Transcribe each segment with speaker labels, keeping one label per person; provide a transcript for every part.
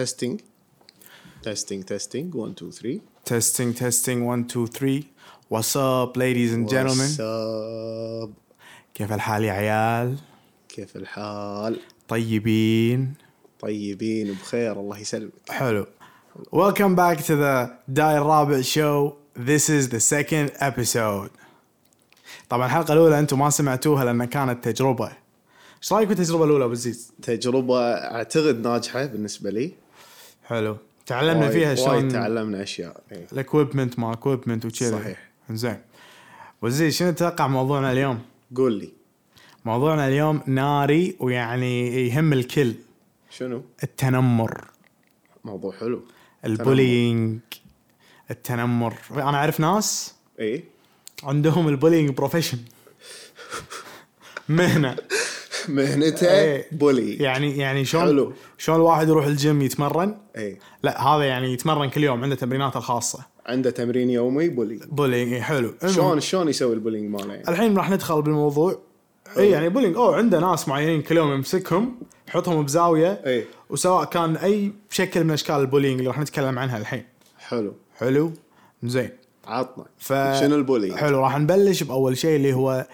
Speaker 1: تيستينج تيستينج تيستينج 1 2 3
Speaker 2: Testing, testing, one, two, three. What's up, ladies and gentlemen?
Speaker 1: واتساب
Speaker 2: كيف الحال يا عيال؟
Speaker 1: كيف الحال؟
Speaker 2: طيبين؟
Speaker 1: طيبين بخير الله يسلمك
Speaker 2: حلو. Welcome back to the داير الرابع show. This is the second episode. طبعا الحلقة الأولى أنتم ما سمعتوها لأن كانت تجربة. إيش رأيك بالتجربة الأولى أبو عزيز؟
Speaker 1: تجربة اعتقد ناجحة بالنسبة لي
Speaker 2: حلو. تعلمنا
Speaker 1: وايد-
Speaker 2: فيها
Speaker 1: وايد
Speaker 2: شلون
Speaker 1: تعلمنا إيه. اشياء إي.
Speaker 2: الاكويبمنت ما اكويبمنت وكذا.
Speaker 1: صحيح.
Speaker 2: زين. أبو عزيز شنو تتوقع موضوعنا اليوم؟
Speaker 1: قول لي
Speaker 2: موضوعنا اليوم ناري ويعني يهم الكل.
Speaker 1: شنو؟
Speaker 2: التنمر
Speaker 1: موضوع حلو
Speaker 2: البولينج التنمر انا اعرف ناس
Speaker 1: اي
Speaker 2: عندهم البولينج بروفيشن مهنه
Speaker 1: مهنته
Speaker 2: إيه.
Speaker 1: بولي
Speaker 2: يعني يعني شلون
Speaker 1: حلو.
Speaker 2: شلون الواحد يروح الجيم يتمرن
Speaker 1: اي
Speaker 2: لا هذا يعني يتمرن كل يوم عنده تمريناته الخاصه
Speaker 1: عنده تمرين يومي بولي
Speaker 2: بولينج إي، حلو المهم،
Speaker 1: شلون شلون يسوي البولينج ماله يعني؟
Speaker 2: الحين راح ندخل بالموضوع اي يعني بولينج او عنده ناس معينين كل يوم يمسكهم يحطهم بزاويه
Speaker 1: اي
Speaker 2: وسواء كان اي شكل من اشكال البولينج اللي راح نتكلم عنها الحين
Speaker 1: حلو
Speaker 2: حلو زين
Speaker 1: عطنا
Speaker 2: ف...
Speaker 1: شنو البولينج؟
Speaker 2: حلو راح نبلش باول شيء اللي هو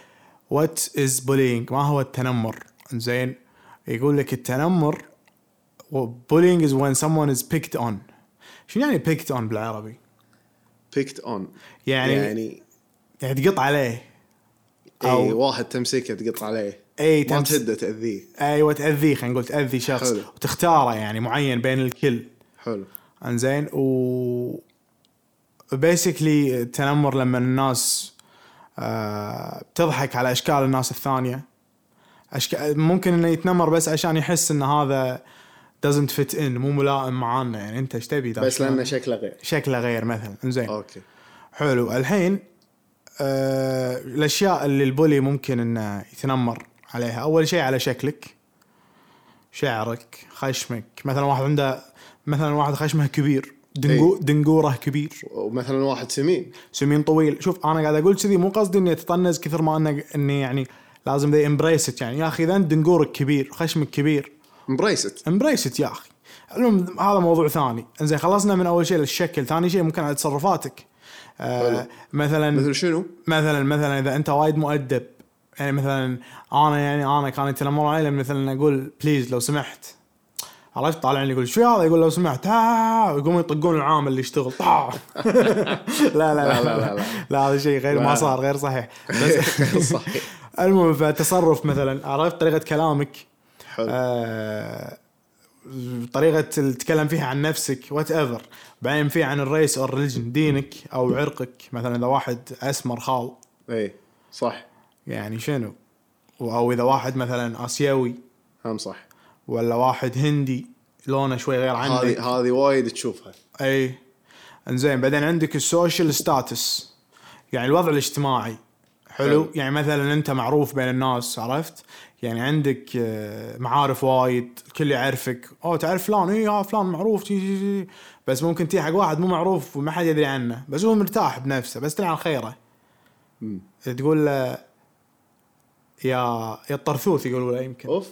Speaker 2: وات از بولينج ما هو التنمر زين يقول لك التنمر بولينج از وين someone از بيكت اون شنو يعني بيكت اون بالعربي؟
Speaker 1: بيكت اون
Speaker 2: يعني يعني,
Speaker 1: يعني
Speaker 2: يعني تقط عليه أو-
Speaker 1: اي واحد تمسكه تقط عليه
Speaker 2: اي
Speaker 1: ما
Speaker 2: تمس...
Speaker 1: تهده تاذيه
Speaker 2: ايوه تاذيه خلينا نقول تاذي شخص
Speaker 1: حلو.
Speaker 2: وتختاره يعني معين بين الكل
Speaker 1: حلو
Speaker 2: انزين و بيسكلي التنمر لما الناس آه، بتضحك على اشكال الناس الثانيه أشكال ممكن انه يتنمر بس عشان يحس ان هذا doesn't fit in مو ملائم معانا يعني انت ايش تبي ذا
Speaker 1: بس
Speaker 2: الشخص؟
Speaker 1: لانه شكله غير
Speaker 2: شكله غير مثلا انزين
Speaker 1: اوكي
Speaker 2: حلو الحين آه الاشياء اللي البولي ممكن انه يتنمر عليها اول شيء على شكلك شعرك خشمك مثلا واحد عنده مثلا واحد خشمه كبير دنجو
Speaker 1: إيه.
Speaker 2: دنجوره كبير
Speaker 1: ومثلا واحد سمين
Speaker 2: سمين طويل شوف انا قاعد اقول كذي مو قصدي اني اتطنز كثر ما اني اني يعني لازم ذي امبريست يعني يا اخي اذا أنت دنجورك كبير خشمك كبير
Speaker 1: مبريست
Speaker 2: امبريست يا اخي المهم هذا موضوع ثاني انزين خلصنا من اول شيء للشكل ثاني شيء ممكن على تصرفاتك آه
Speaker 1: حلو.
Speaker 2: مثلا
Speaker 1: مثل شنو؟
Speaker 2: مثلا مثلا اذا انت وايد مؤدب يعني مثلا انا يعني انا كان يتنمر علي لما مثلا اقول بليز لو سمحت عرفت طالعني يقول شو هذا يقول لو سمحت آه ويقوموا يطقون العامل اللي يشتغل آه. لا لا لا
Speaker 1: لا- لا- لا.
Speaker 2: لا هذا شيء غير ما
Speaker 1: لا.
Speaker 2: صار غير صحيح بس
Speaker 1: صحيح
Speaker 2: المهم فتصرف مثلا عرفت طريقه كلامك
Speaker 1: حلو
Speaker 2: آه، طريقة اللي تتكلم فيها عن نفسك وات ايفر بعدين في عن الريس او الريليجن دينك او عرقك مثلا اذا واحد اسمر خال
Speaker 1: اي إيه. صح
Speaker 2: يعني شنو او اذا واحد مثلا اسيوي
Speaker 1: هم صح
Speaker 2: ولا واحد هندي لونه شوي غير
Speaker 1: هذه
Speaker 2: عندك
Speaker 1: هذه وايد تشوفها
Speaker 2: اي انزين بعدين عندك السوشيال ستاتس يعني الوضع الاجتماعي حلو
Speaker 1: حلو.
Speaker 2: يعني مثلا انت معروف بين الناس عرفت يعني عندك آه، معارف وايد الكل يعرفك او تعرف فلان اي ها فلان معروف تي- تي- تي. بس ممكن تي حق واحد مو معروف وما حد يدري عنه بس هو مرتاح بنفسه بس تلعن خيره
Speaker 1: مم.
Speaker 2: تقول له يا يا الطرثوث يقولوا له يمكن
Speaker 1: اوف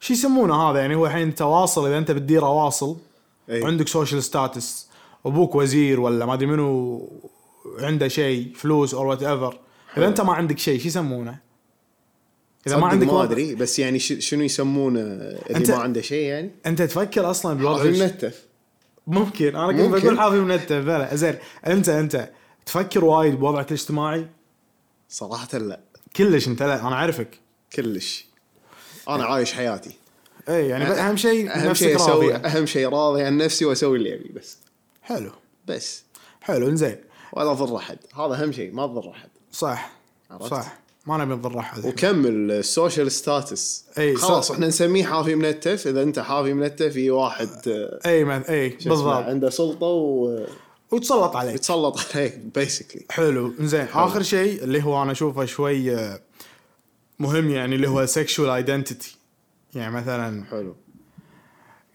Speaker 2: شو يسمونه هذا يعني هو الحين تواصل اذا انت بتديره واصل
Speaker 1: اي
Speaker 2: وعندك سوشيال ستاتس ابوك وزير ولا ما ادري منو عنده شيء فلوس او وات ايفر
Speaker 1: حلو.
Speaker 2: اذا انت ما عندك شيء شو يسمونه؟
Speaker 1: إيه.
Speaker 2: اذا
Speaker 1: صدق
Speaker 2: ما عندك
Speaker 1: ما
Speaker 2: وضع-
Speaker 1: ادري بس يعني ش- شنو يسمونه
Speaker 2: أنت-
Speaker 1: اللي ما عنده شيء يعني؟
Speaker 2: انت تفكر اصلا بالوضع
Speaker 1: حافي
Speaker 2: الش-
Speaker 1: منتف
Speaker 2: ممكن انا كنت
Speaker 1: ممكن.
Speaker 2: بقول حافي منتف بلا زين انت انت تفكر وايد بوضعك الاجتماعي
Speaker 1: صراحه لا
Speaker 2: كلش انت لا انا اعرفك
Speaker 1: كلش انا عايش حياتي
Speaker 2: اي إيه. يعني بس اهم شيء
Speaker 1: اهم
Speaker 2: نفسك
Speaker 1: شيء اسوي
Speaker 2: راضية
Speaker 1: اهم شيء راضي عن نفسي واسوي اللي ابي بس
Speaker 2: حلو
Speaker 1: بس
Speaker 2: حلو انزين
Speaker 1: ولا اضر احد هذا اهم شيء ما اضر احد
Speaker 2: صح
Speaker 1: عرفت؟
Speaker 2: صح ما نبي نضر احد
Speaker 1: وكمل السوشيال ستاتس
Speaker 2: أي،
Speaker 1: خلاص
Speaker 2: صح.
Speaker 1: احنا نسميه حافي منتف اذا انت حافي منتف في واحد آه،
Speaker 2: اي إيه، ما اي
Speaker 1: شو اسمه،
Speaker 2: بالضبط
Speaker 1: عنده سلطه ويتسلط
Speaker 2: وتسلط عليك
Speaker 1: عليك بيسكلي
Speaker 2: حلو زين اخر شيء اللي هو انا اشوفه شوي آه، مهم يعني اللي هو سكشوال ايدنتيتي يعني مثلا
Speaker 1: حلو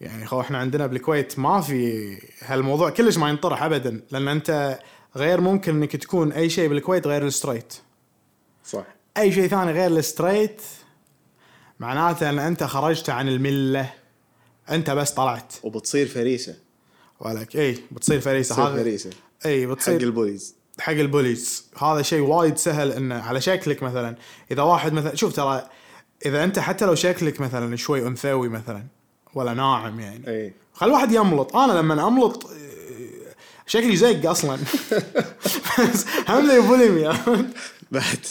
Speaker 2: يعني خو احنا عندنا بالكويت ما في هالموضوع كلش ما ينطرح ابدا لان انت غير ممكن انك تكون اي شيء بالكويت غير الستريت
Speaker 1: صح
Speaker 2: اي شيء ثاني غير الستريت معناته ان انت خرجت عن المله انت بس طلعت
Speaker 1: وبتصير فريسه
Speaker 2: ولك اي بتصير فريسه
Speaker 1: بتصير
Speaker 2: هذا
Speaker 1: فريسه
Speaker 2: اي
Speaker 1: حق
Speaker 2: بتصير
Speaker 1: البوليز
Speaker 2: حق البوليس هذا شيء وايد سهل انه على شكلك مثلا اذا واحد مثلا شوف ترى اذا انت حتى لو شكلك مثلا شوي انثوي مثلا ولا ناعم يعني
Speaker 1: اي
Speaker 2: خل الواحد يملط انا لما املط آه، شكلي زق اصلا بس هم لي بوليميا
Speaker 1: بعد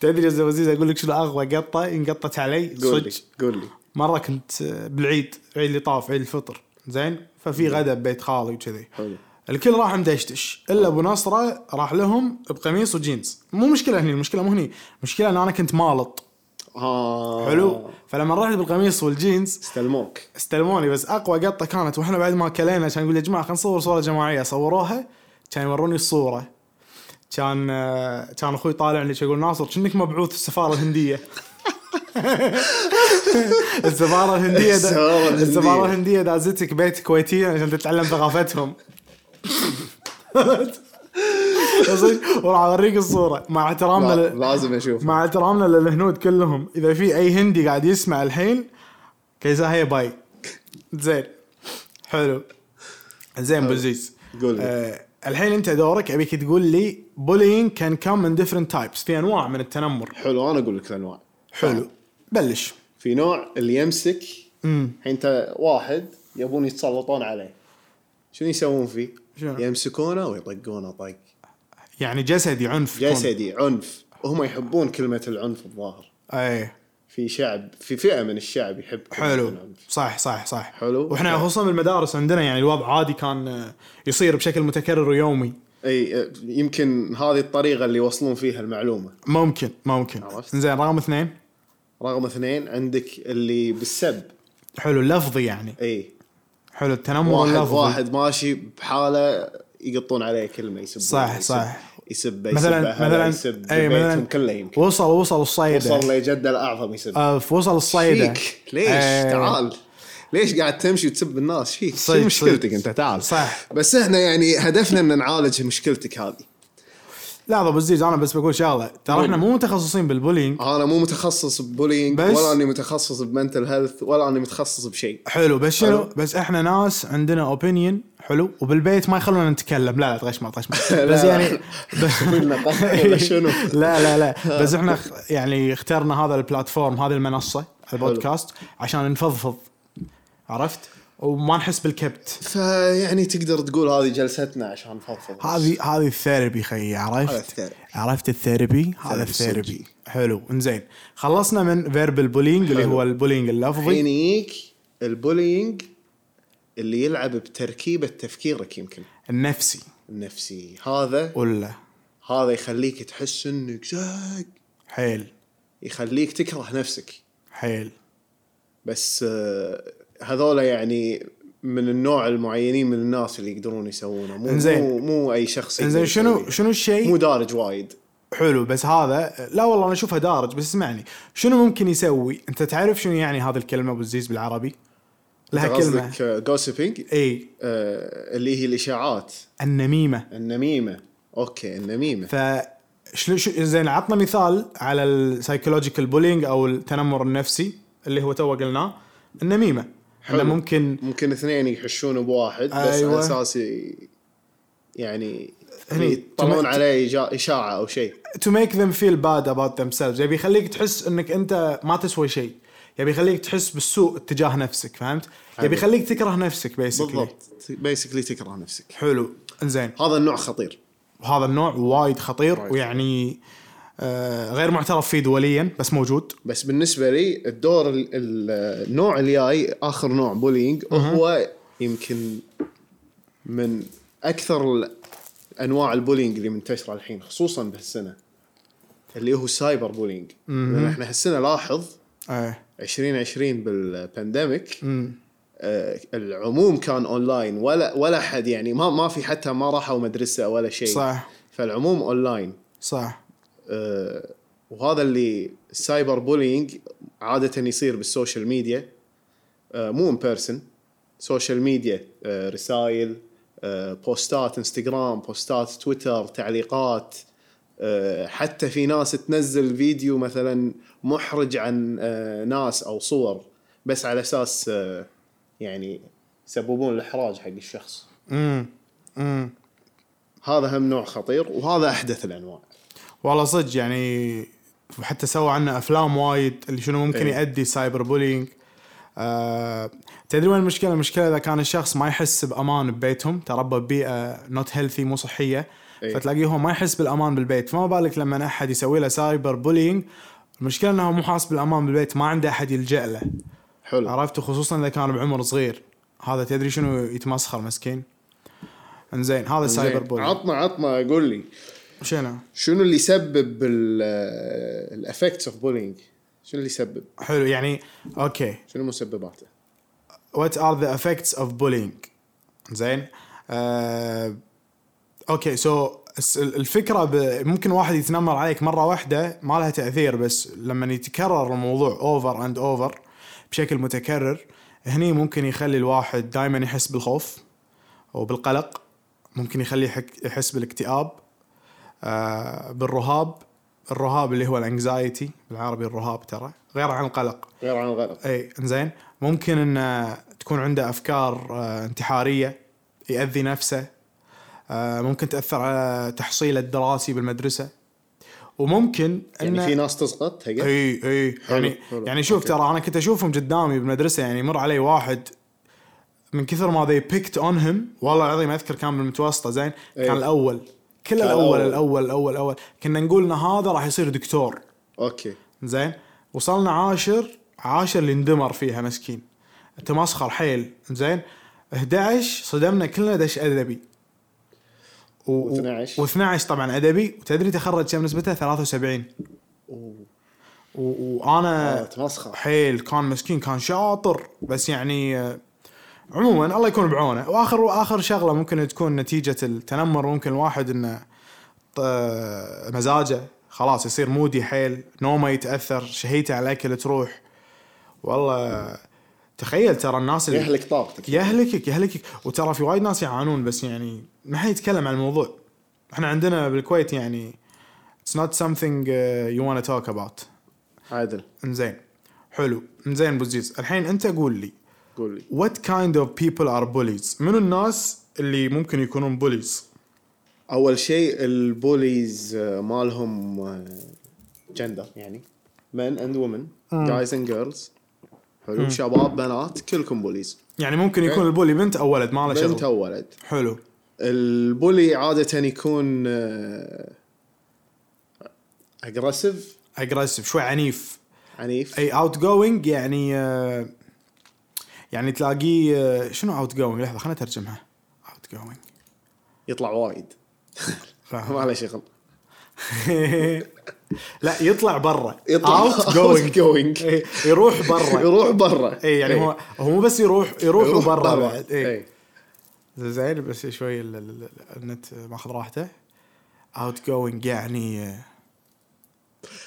Speaker 2: تدري يا أستاذ عزيز اقول لك شنو اغوى قطه انقطت علي
Speaker 1: قول لي
Speaker 2: صدق
Speaker 1: قول لي
Speaker 2: مره كنت آه، بالعيد العيد اللي طاف عيد الفطر زين ففي غدا ببيت خالي وكذي
Speaker 1: حلو
Speaker 2: الكل راح مدشتش الا ابو نصره راح لهم بقميص وجينز مو مشكله هني المشكله مو هني المشكله ان انا كنت مالط
Speaker 1: اه
Speaker 2: حلو فلما رحت بالقميص والجينز
Speaker 1: استلموك
Speaker 2: استلموني بس اقوى قطه كانت واحنا بعد ما كلينا كان يقول يا جماعه خلينا نصور صوره جماعيه صوروها كان يوروني الصوره كان آه، كان اخوي طالعني كان يقول ناصر كأنك مبعوث السفاره الهنديه السفاره الهنديه دا-
Speaker 1: السفارة الهندية.
Speaker 2: السفاره الهنديه دازتك بيت كويتيه عشان تتعلم ثقافتهم صدق، وراح اوريك الصوره مع احترامنا
Speaker 1: لا-
Speaker 2: لل-
Speaker 1: لازم اشوف
Speaker 2: مع احترامنا للهنود كلهم اذا في اي هندي قاعد يسمع الحين كيسا هي باي زين حلو زين بوزيز
Speaker 1: قول لي.
Speaker 2: آه الحين انت دورك ابيك تقول لي بولينج كان كم من ديفرنت تايبس في انواع من التنمر
Speaker 1: حلو انا اقول لك الانواع
Speaker 2: حلو بلش
Speaker 1: في نوع اللي يمسك
Speaker 2: امم
Speaker 1: الحين انت واحد يبون يتسلطون عليه شنو يسوون فيه؟
Speaker 2: شنو؟
Speaker 1: يمسكونه ويطقونه طق
Speaker 2: يعني جسدي عنف يكون.
Speaker 1: جسدي عنف هم يحبون كلمه العنف الظاهر
Speaker 2: اي
Speaker 1: في شعب في فئه من الشعب يحب كلمة
Speaker 2: إيه. حلو
Speaker 1: العنف.
Speaker 2: صح صح صح
Speaker 1: حلو.
Speaker 2: واحنا خصوصا بالمدارس عندنا يعني الوضع عادي كان آه، يصير بشكل متكرر ويومي
Speaker 1: اي اه، يمكن هذه الطريقه اللي يوصلون فيها المعلومه
Speaker 2: ممكن ممكن
Speaker 1: عرفت.
Speaker 2: زين رقم اثنين
Speaker 1: رقم اثنين عندك اللي بالسب
Speaker 2: حلو اللفظي يعني
Speaker 1: اي
Speaker 2: حلو التنمر
Speaker 1: واحد
Speaker 2: اللفظي
Speaker 1: واحد ماشي بحاله يقطون عليه كلمه يسبون
Speaker 2: صح،
Speaker 1: يسب-
Speaker 2: صح.
Speaker 1: يسب
Speaker 2: مثلا
Speaker 1: يسب أهله،
Speaker 2: مثلا
Speaker 1: يسب
Speaker 2: اي
Speaker 1: بيتهم
Speaker 2: مثلا
Speaker 1: كله يمكن
Speaker 2: وصل وصل الصيده
Speaker 1: وصل لجده الاعظم يسب
Speaker 2: أف، وصل آه، الصيده
Speaker 1: فيك ليش
Speaker 2: أي.
Speaker 1: تعال ليش قاعد تمشي وتسب الناس فيك شو
Speaker 2: صدق،
Speaker 1: مشكلتك
Speaker 2: صدق.
Speaker 1: انت تعال
Speaker 2: صح.
Speaker 1: بس احنا يعني هدفنا ان نعالج مشكلتك هذه
Speaker 2: لحظه ابو زيز انا بس بقول شغله ترى
Speaker 1: قول.
Speaker 2: احنا مو متخصصين بالبولينج
Speaker 1: انا مو متخصص ببولينج
Speaker 2: بس-
Speaker 1: ولا اني متخصص بمنتل هيلث ولا اني متخصص بشيء
Speaker 2: حلو بس شنو
Speaker 1: حلو.
Speaker 2: بس احنا ناس عندنا اوبينيون حلو وبالبيت ما يخلونا نتكلم لا لا تغش ما تغش ما بس
Speaker 1: لا.
Speaker 2: يعني
Speaker 1: قلنا طخ ولا شنو؟
Speaker 2: إيه. لا لا لا بس احنا خ- يعني اخترنا هذا البلاتفورم هذه المنصه البودكاست عشان نفضفض عرفت وما نحس بالكبت
Speaker 1: فيعني تقدر تقول هذه جلستنا عشان نفضفض
Speaker 2: هذه هذه الثيرابي خيي
Speaker 1: هذا
Speaker 2: عرفت؟
Speaker 1: الثيرابي.
Speaker 2: عرفت الثيرابي؟ هذا
Speaker 1: الثيرابي
Speaker 2: الثيرابي حلو انزين خلصنا من فيربال بولينج اللي
Speaker 1: حلو.
Speaker 2: هو البولينج اللفظي
Speaker 1: الحين يجيك البولينج اللي يلعب بتركيبه تفكيرك يمكن
Speaker 2: النفسي
Speaker 1: النفسي هذا
Speaker 2: ولا
Speaker 1: هذا يخليك تحس انك زق
Speaker 2: حيل
Speaker 1: يخليك تكره نفسك
Speaker 2: حيل
Speaker 1: بس آه، هذولا يعني من النوع المعينين من الناس اللي يقدرون يسوونه مو
Speaker 2: إنزين.
Speaker 1: مو, مو اي شخص يقدر
Speaker 2: انزين شنو
Speaker 1: يسويه.
Speaker 2: شنو
Speaker 1: مو
Speaker 2: الشيء
Speaker 1: دارج وايد
Speaker 2: حلو بس هذا لا والله انا اشوفها دارج بس اسمعني شنو ممكن يسوي؟ انت تعرف شنو يعني هذه الكلمه ابو الزيز بالعربي؟ لها كلمه
Speaker 1: جوسبينج
Speaker 2: اي
Speaker 1: آه، اللي هي الاشاعات
Speaker 2: النميمه
Speaker 1: النميمه اوكي النميمه
Speaker 2: ف شلو شو زين عطنا مثال على السايكولوجيكال بولينج او التنمر النفسي اللي هو تو قلناه النميمه احنا
Speaker 1: حلو.
Speaker 2: ممكن
Speaker 1: ممكن اثنين يحشون بواحد بس
Speaker 2: أيوة.
Speaker 1: على اساس ي- يعني
Speaker 2: هني.
Speaker 1: يطلعون
Speaker 2: تم-
Speaker 1: عليه إجا- اشاعه او شيء
Speaker 2: تو ميك ذم فيل باد اباوت ذيم سيلفز يبي يخليك تحس انك انت ما تسوي شيء يبي يخليك تحس بالسوء تجاه نفسك فهمت؟ يبي يخليك تكره نفسك بيسكلي
Speaker 1: بالضبط بيسكلي تكره نفسك
Speaker 2: حلو زين
Speaker 1: هذا النوع خطير
Speaker 2: وهذا النوع وايد خطير
Speaker 1: وايد.
Speaker 2: ويعني آه غير معترف فيه دوليا بس موجود
Speaker 1: بس بالنسبه لي الدور ال- ال- النوع الجاي اخر نوع بولينج وهو يمكن من اكثر ال- انواع البولينج اللي منتشره الحين خصوصا بهالسنه اللي هو سايبر بولينج لان احنا هالسنه لاحظ إيه.
Speaker 2: ايه
Speaker 1: 2020 بالبانديميك آه، العموم كان اونلاين ولا ولا حد يعني ما ما في حتى ما راحوا مدرسه ولا شيء
Speaker 2: إيه، صح
Speaker 1: فالعموم اونلاين
Speaker 2: صح
Speaker 1: آه، وهذا اللي السايبر بولينج عاده يصير بالسوشيال ميديا آه، مو ان بيرسون سوشيال ميديا آه، رسائل آه، بوستات انستغرام بوستات تويتر تعليقات آه، حتى في ناس تنزل فيديو مثلا محرج عن آه، ناس او صور بس على اساس آه، يعني يسببون الاحراج حق الشخص
Speaker 2: امم امم
Speaker 1: هذا هم نوع خطير وهذا احدث الانواع
Speaker 2: والله صدق يعني وحتى سووا عنه افلام وايد اللي شنو ممكن
Speaker 1: إيه.
Speaker 2: يؤدي سايبر بولينج آه، تدري وين المشكله؟ المشكله اذا كان الشخص ما يحس بامان ببيتهم تربى ببيئه نوت هيلثي مو صحيه
Speaker 1: إيه.
Speaker 2: فتلاقيه هو ما يحس بالامان بالبيت فما بالك لما احد يسوي له سايبر بولينج المشكله انه هو مو حاسس بالامان بالبيت ما عنده احد يلجا له
Speaker 1: حلو
Speaker 2: عرفت خصوصا اذا كان بعمر صغير هذا تدري شنو يتمسخر مسكين انزين هذا سايبر
Speaker 1: زين.
Speaker 2: بولينج
Speaker 1: عطنا عطنا قول لي
Speaker 2: شنو
Speaker 1: شنو اللي يسبب الافكتس اوف بولينج شنو اللي يسبب
Speaker 2: حلو يعني اوكي
Speaker 1: شنو مسبباته
Speaker 2: what are the effects of bullying زين آه، اوكي سو الفكره ب... ممكن واحد يتنمر عليك مره واحده ما لها تاثير بس لما يتكرر الموضوع اوفر اند اوفر بشكل متكرر هني ممكن يخلي الواحد دائما يحس بالخوف وبالقلق ممكن يخليه يحك- يحس بالاكتئاب آه، بالرهاب الرهاب اللي هو الانكزايتي بالعربي الرهاب ترى غير عن القلق
Speaker 1: غير عن الغلط
Speaker 2: اي انزين ممكن ان تكون عنده افكار آه، انتحاريه ياذي نفسه آه، ممكن تاثر على تحصيله الدراسي بالمدرسه وممكن
Speaker 1: يعني في ناس تسقط حق
Speaker 2: اي اي
Speaker 1: حلو،
Speaker 2: يعني
Speaker 1: حلو.
Speaker 2: يعني شوف
Speaker 1: أوكي.
Speaker 2: ترى انا كنت اشوفهم قدامي بالمدرسه يعني مر علي واحد من كثر ما they picked on him والله العظيم اذكر كان بالمتوسطه زين
Speaker 1: إيه.
Speaker 2: كان الاول كل
Speaker 1: كان
Speaker 2: الاول
Speaker 1: الأول.
Speaker 2: الاول الاول الاول كنا نقول ان هذا راح يصير دكتور
Speaker 1: اوكي
Speaker 2: زين وصلنا عاشر عاشر اللي اندمر فيها مسكين تمسخر حيل زين 11 صدمنا كلنا دش ادبي و
Speaker 1: و12.
Speaker 2: و12 طبعا ادبي وتدري تخرج كم نسبته 73
Speaker 1: أوه.
Speaker 2: و-
Speaker 1: آه،
Speaker 2: وانا
Speaker 1: تمسخر
Speaker 2: حيل كان مسكين كان شاطر بس يعني آه، عموما الله يكون بعونه واخر واخر شغله ممكن تكون نتيجه التنمر ممكن الواحد انه ط- آه، مزاجه خلاص يصير مودي حيل نومه يتاثر شهيته على الاكل تروح والله تخيل ترى الناس اللي
Speaker 1: يهلك طاقتك
Speaker 2: يهلكك يهلكك وترى في وايد ناس يعانون بس يعني ما حد يتكلم عن الموضوع احنا عندنا بالكويت يعني it's not something uh, you want to talk about
Speaker 1: عادل
Speaker 2: انزين حلو انزين ابو زيز الحين انت قول لي
Speaker 1: قول لي
Speaker 2: what kind of people are bullies منو الناس اللي ممكن يكونون bullies
Speaker 1: اول شيء البوليز آه، مالهم جندر يعني men and women guys and girls حلو شباب بنات كلكم بوليز
Speaker 2: يعني ممكن يكون البولي بنت او ولد ما له
Speaker 1: بنت
Speaker 2: شغل
Speaker 1: او ولد
Speaker 2: حلو
Speaker 1: البولي عادة يكون آه، اجريسيف
Speaker 2: اجريسيف شوي عنيف
Speaker 1: عنيف
Speaker 2: اي اوت جوينج يعني آه، يعني تلاقيه آه، شنو اوت جوينج لحظه خليني اترجمها اوت جوينج
Speaker 1: يطلع وايد ما له شغل
Speaker 2: لا يطلع برا
Speaker 1: يطلع
Speaker 2: اوت جوينج
Speaker 1: جوينج
Speaker 2: يروح برا
Speaker 1: يروح برا
Speaker 2: اي يعني هو هو مو بس يروح يروح
Speaker 1: يروح إيه.
Speaker 2: برا بعد إي.
Speaker 1: إي.
Speaker 2: زين بس شوي ال- ال- ال- النت ماخذ راحته اوت جوينج يعني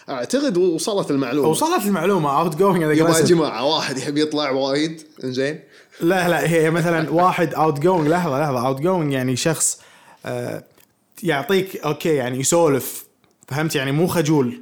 Speaker 1: اعتقد وصلت المعلومه
Speaker 2: وصلت المعلومه اوت جوينج
Speaker 1: يبا يا جماعه واحد يحب يطلع وايد انزين
Speaker 2: لا لا هي مثلا واحد اوت جوينج لحظه لحظه اوت جوينج يعني شخص آه، يعطيك اوكي يعني يسولف فهمت يعني مو خجول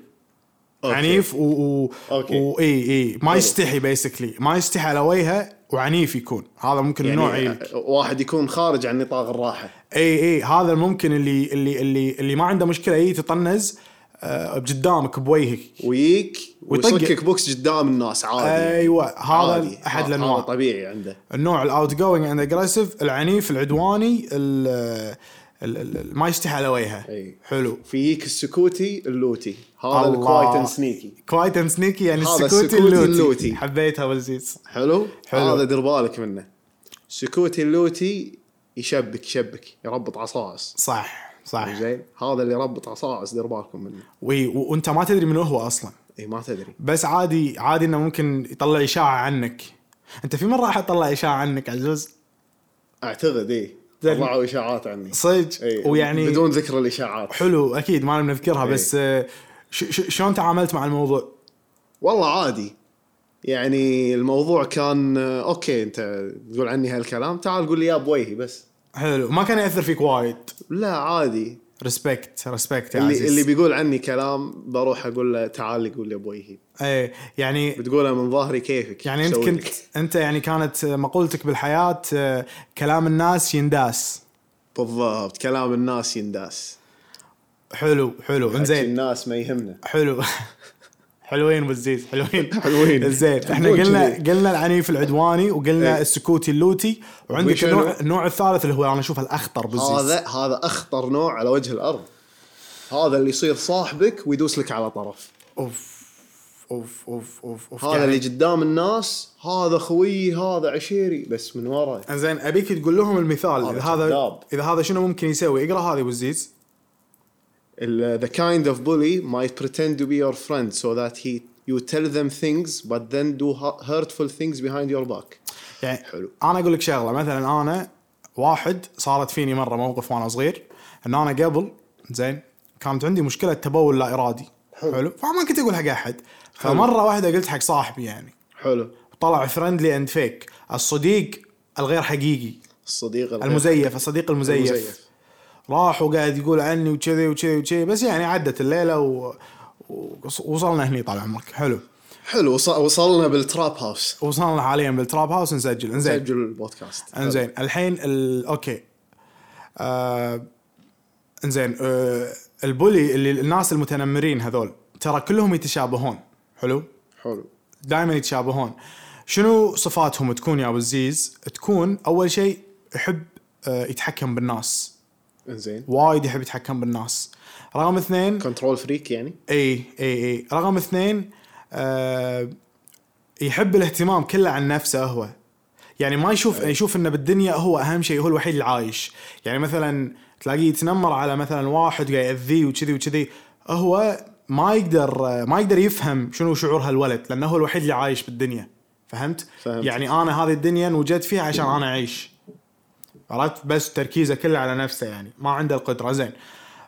Speaker 1: أوكي.
Speaker 2: عنيف و, و...
Speaker 1: أوكي.
Speaker 2: واي اي ما يستحي بيسكلي ما يستحي على وجهه وعنيف يكون هذا ممكن يعني نوع
Speaker 1: يعني واحد يكون خارج عن نطاق الراحه
Speaker 2: اي اي هذا ممكن اللي اللي اللي اللي ما عنده مشكله يجي يتطنز آه، بقدامك بوجهك
Speaker 1: ويك
Speaker 2: ويطق.
Speaker 1: ويصكك بوكس قدام الناس عادي
Speaker 2: ايوه
Speaker 1: عادي.
Speaker 2: هذا احد
Speaker 1: هذا
Speaker 2: الانواع
Speaker 1: طبيعي عنده
Speaker 2: النوع الاوت جوينج اند اجريسيف العنيف العدواني ال ال- ال- ال- ما يستحي على وجهه
Speaker 1: أي.
Speaker 2: حلو
Speaker 1: فيك السكوتي اللوتي هذا
Speaker 2: الله.
Speaker 1: الكوايت اند سنيكي
Speaker 2: كوايت اند سنيكي يعني
Speaker 1: هذا
Speaker 2: السكوتي
Speaker 1: السكوتي
Speaker 2: اللوتي,
Speaker 1: اللوتي.
Speaker 2: حبيتها وزيز
Speaker 1: حلو؟
Speaker 2: حلو.
Speaker 1: هذا دير بالك منه سكوتي اللوتي يشبك يشبك يربط عصاص
Speaker 2: صح صح
Speaker 1: زين هذا اللي يربط عصاص دير بالكم منه
Speaker 2: وي و- وانت ما تدري من هو اصلا
Speaker 1: اي ما تدري
Speaker 2: بس عادي عادي انه ممكن يطلع اشاعه عنك انت في مره احد طلع اشاعه عنك عزوز
Speaker 1: اعتقد اي
Speaker 2: زين.
Speaker 1: طلعوا اشاعات إيه. عني
Speaker 2: صدق
Speaker 1: اي
Speaker 2: ويعني
Speaker 1: بدون ذكر الاشاعات
Speaker 2: حلو اكيد ما بنذكرها
Speaker 1: إيه.
Speaker 2: بس آه، ش- ش- شلون تعاملت مع الموضوع؟
Speaker 1: والله عادي يعني الموضوع كان آه، اوكي انت تقول عني هالكلام تعال قول لي يا بويهي بس
Speaker 2: حلو ما كان ياثر فيك وايد
Speaker 1: لا عادي
Speaker 2: ريسبكت ريسبكت يا
Speaker 1: اللي,
Speaker 2: عزيز
Speaker 1: اللي بيقول عني كلام بروح اقول له تعال قول لي ابوي هي
Speaker 2: ايه يعني
Speaker 1: بتقولها من ظهري كيفك
Speaker 2: يعني انت
Speaker 1: سوي
Speaker 2: كنت
Speaker 1: لك.
Speaker 2: انت يعني كانت مقولتك بالحياه آه، كلام الناس ينداس
Speaker 1: بالضبط كلام الناس ينداس
Speaker 2: حلو حلو
Speaker 1: حكي
Speaker 2: انزين
Speaker 1: الناس ما يهمنا
Speaker 2: حلو حلوين وزيز حلوين
Speaker 1: حلوين.
Speaker 2: زين احنا
Speaker 1: حلوين
Speaker 2: قلنا
Speaker 1: كذي.
Speaker 2: قلنا العنيف العدواني وقلنا
Speaker 1: إيه.
Speaker 2: السكوتي اللوتي وعندك
Speaker 1: وشنو؟
Speaker 2: النوع النوع الثالث اللي هو انا اشوفه الاخطر بالزيز
Speaker 1: هذا هذا اخطر نوع على وجه الارض هذا اللي يصير صاحبك ويدوس لك على طرف
Speaker 2: اوف اوف اوف اوف اوف
Speaker 1: هذا
Speaker 2: يعني-
Speaker 1: اللي قدام الناس هذا خويي هذا عشيري بس من ورا
Speaker 2: زين ابيك تقول لهم المثال
Speaker 1: هذا
Speaker 2: اذا هذا
Speaker 1: كذاب.
Speaker 2: اذا هذا شنو ممكن يسوي اقرا هذه ابو الزيز
Speaker 1: ال- the kind of bully might pretend to be your friend so that he you tell them things but then do hu- hurtful things behind your back
Speaker 2: يعني
Speaker 1: حلو.
Speaker 2: انا اقول لك شغله مثلا انا واحد صارت فيني مره موقف وانا صغير ان انا قبل زين كانت عندي مشكله تبول لا ارادي حلو, حلو. فما كنت اقول حق احد فمره واحده قلت حق صاحبي يعني
Speaker 1: حلو
Speaker 2: طلع فرندلي اند فيك الصديق الغير حقيقي
Speaker 1: الصديق الغير-
Speaker 2: المزيف الصديق المزيف,
Speaker 1: المزيف.
Speaker 2: راح وقاعد يقول عني وكذي وكذي وكذي بس يعني عدت الليله و... ووصلنا هني طال عمرك حلو
Speaker 1: حلو وص- وصلنا بالتراب هاوس
Speaker 2: وصلنا حاليا بالتراب هاوس نسجل انزين
Speaker 1: سجل البودكاست
Speaker 2: انزين الحين ال... اوكي آه... انزين آه... البولي اللي الناس المتنمرين هذول ترى كلهم يتشابهون حلو
Speaker 1: حلو
Speaker 2: دائما يتشابهون شنو صفاتهم تكون يا ابو الزيز تكون اول شيء يحب آه، يتحكم بالناس
Speaker 1: انزين
Speaker 2: وايد يحب يتحكم بالناس رقم اثنين
Speaker 1: كنترول فريك يعني
Speaker 2: اي اي اي رقم اثنين آه يحب الاهتمام كله عن نفسه هو يعني ما يشوف يشوف انه بالدنيا هو اهم شيء هو الوحيد اللي عايش يعني مثلا تلاقيه يتنمر على مثلا واحد قاعد ياذيه وكذي وكذي هو ما يقدر ما يقدر يفهم شنو شعور هالولد لانه هو الوحيد اللي عايش بالدنيا فهمت؟
Speaker 1: فهمت.
Speaker 2: يعني انا هذه الدنيا انوجدت فيها عشان انا اعيش عرفت بس تركيزه كله على نفسه يعني ما عنده القدره زين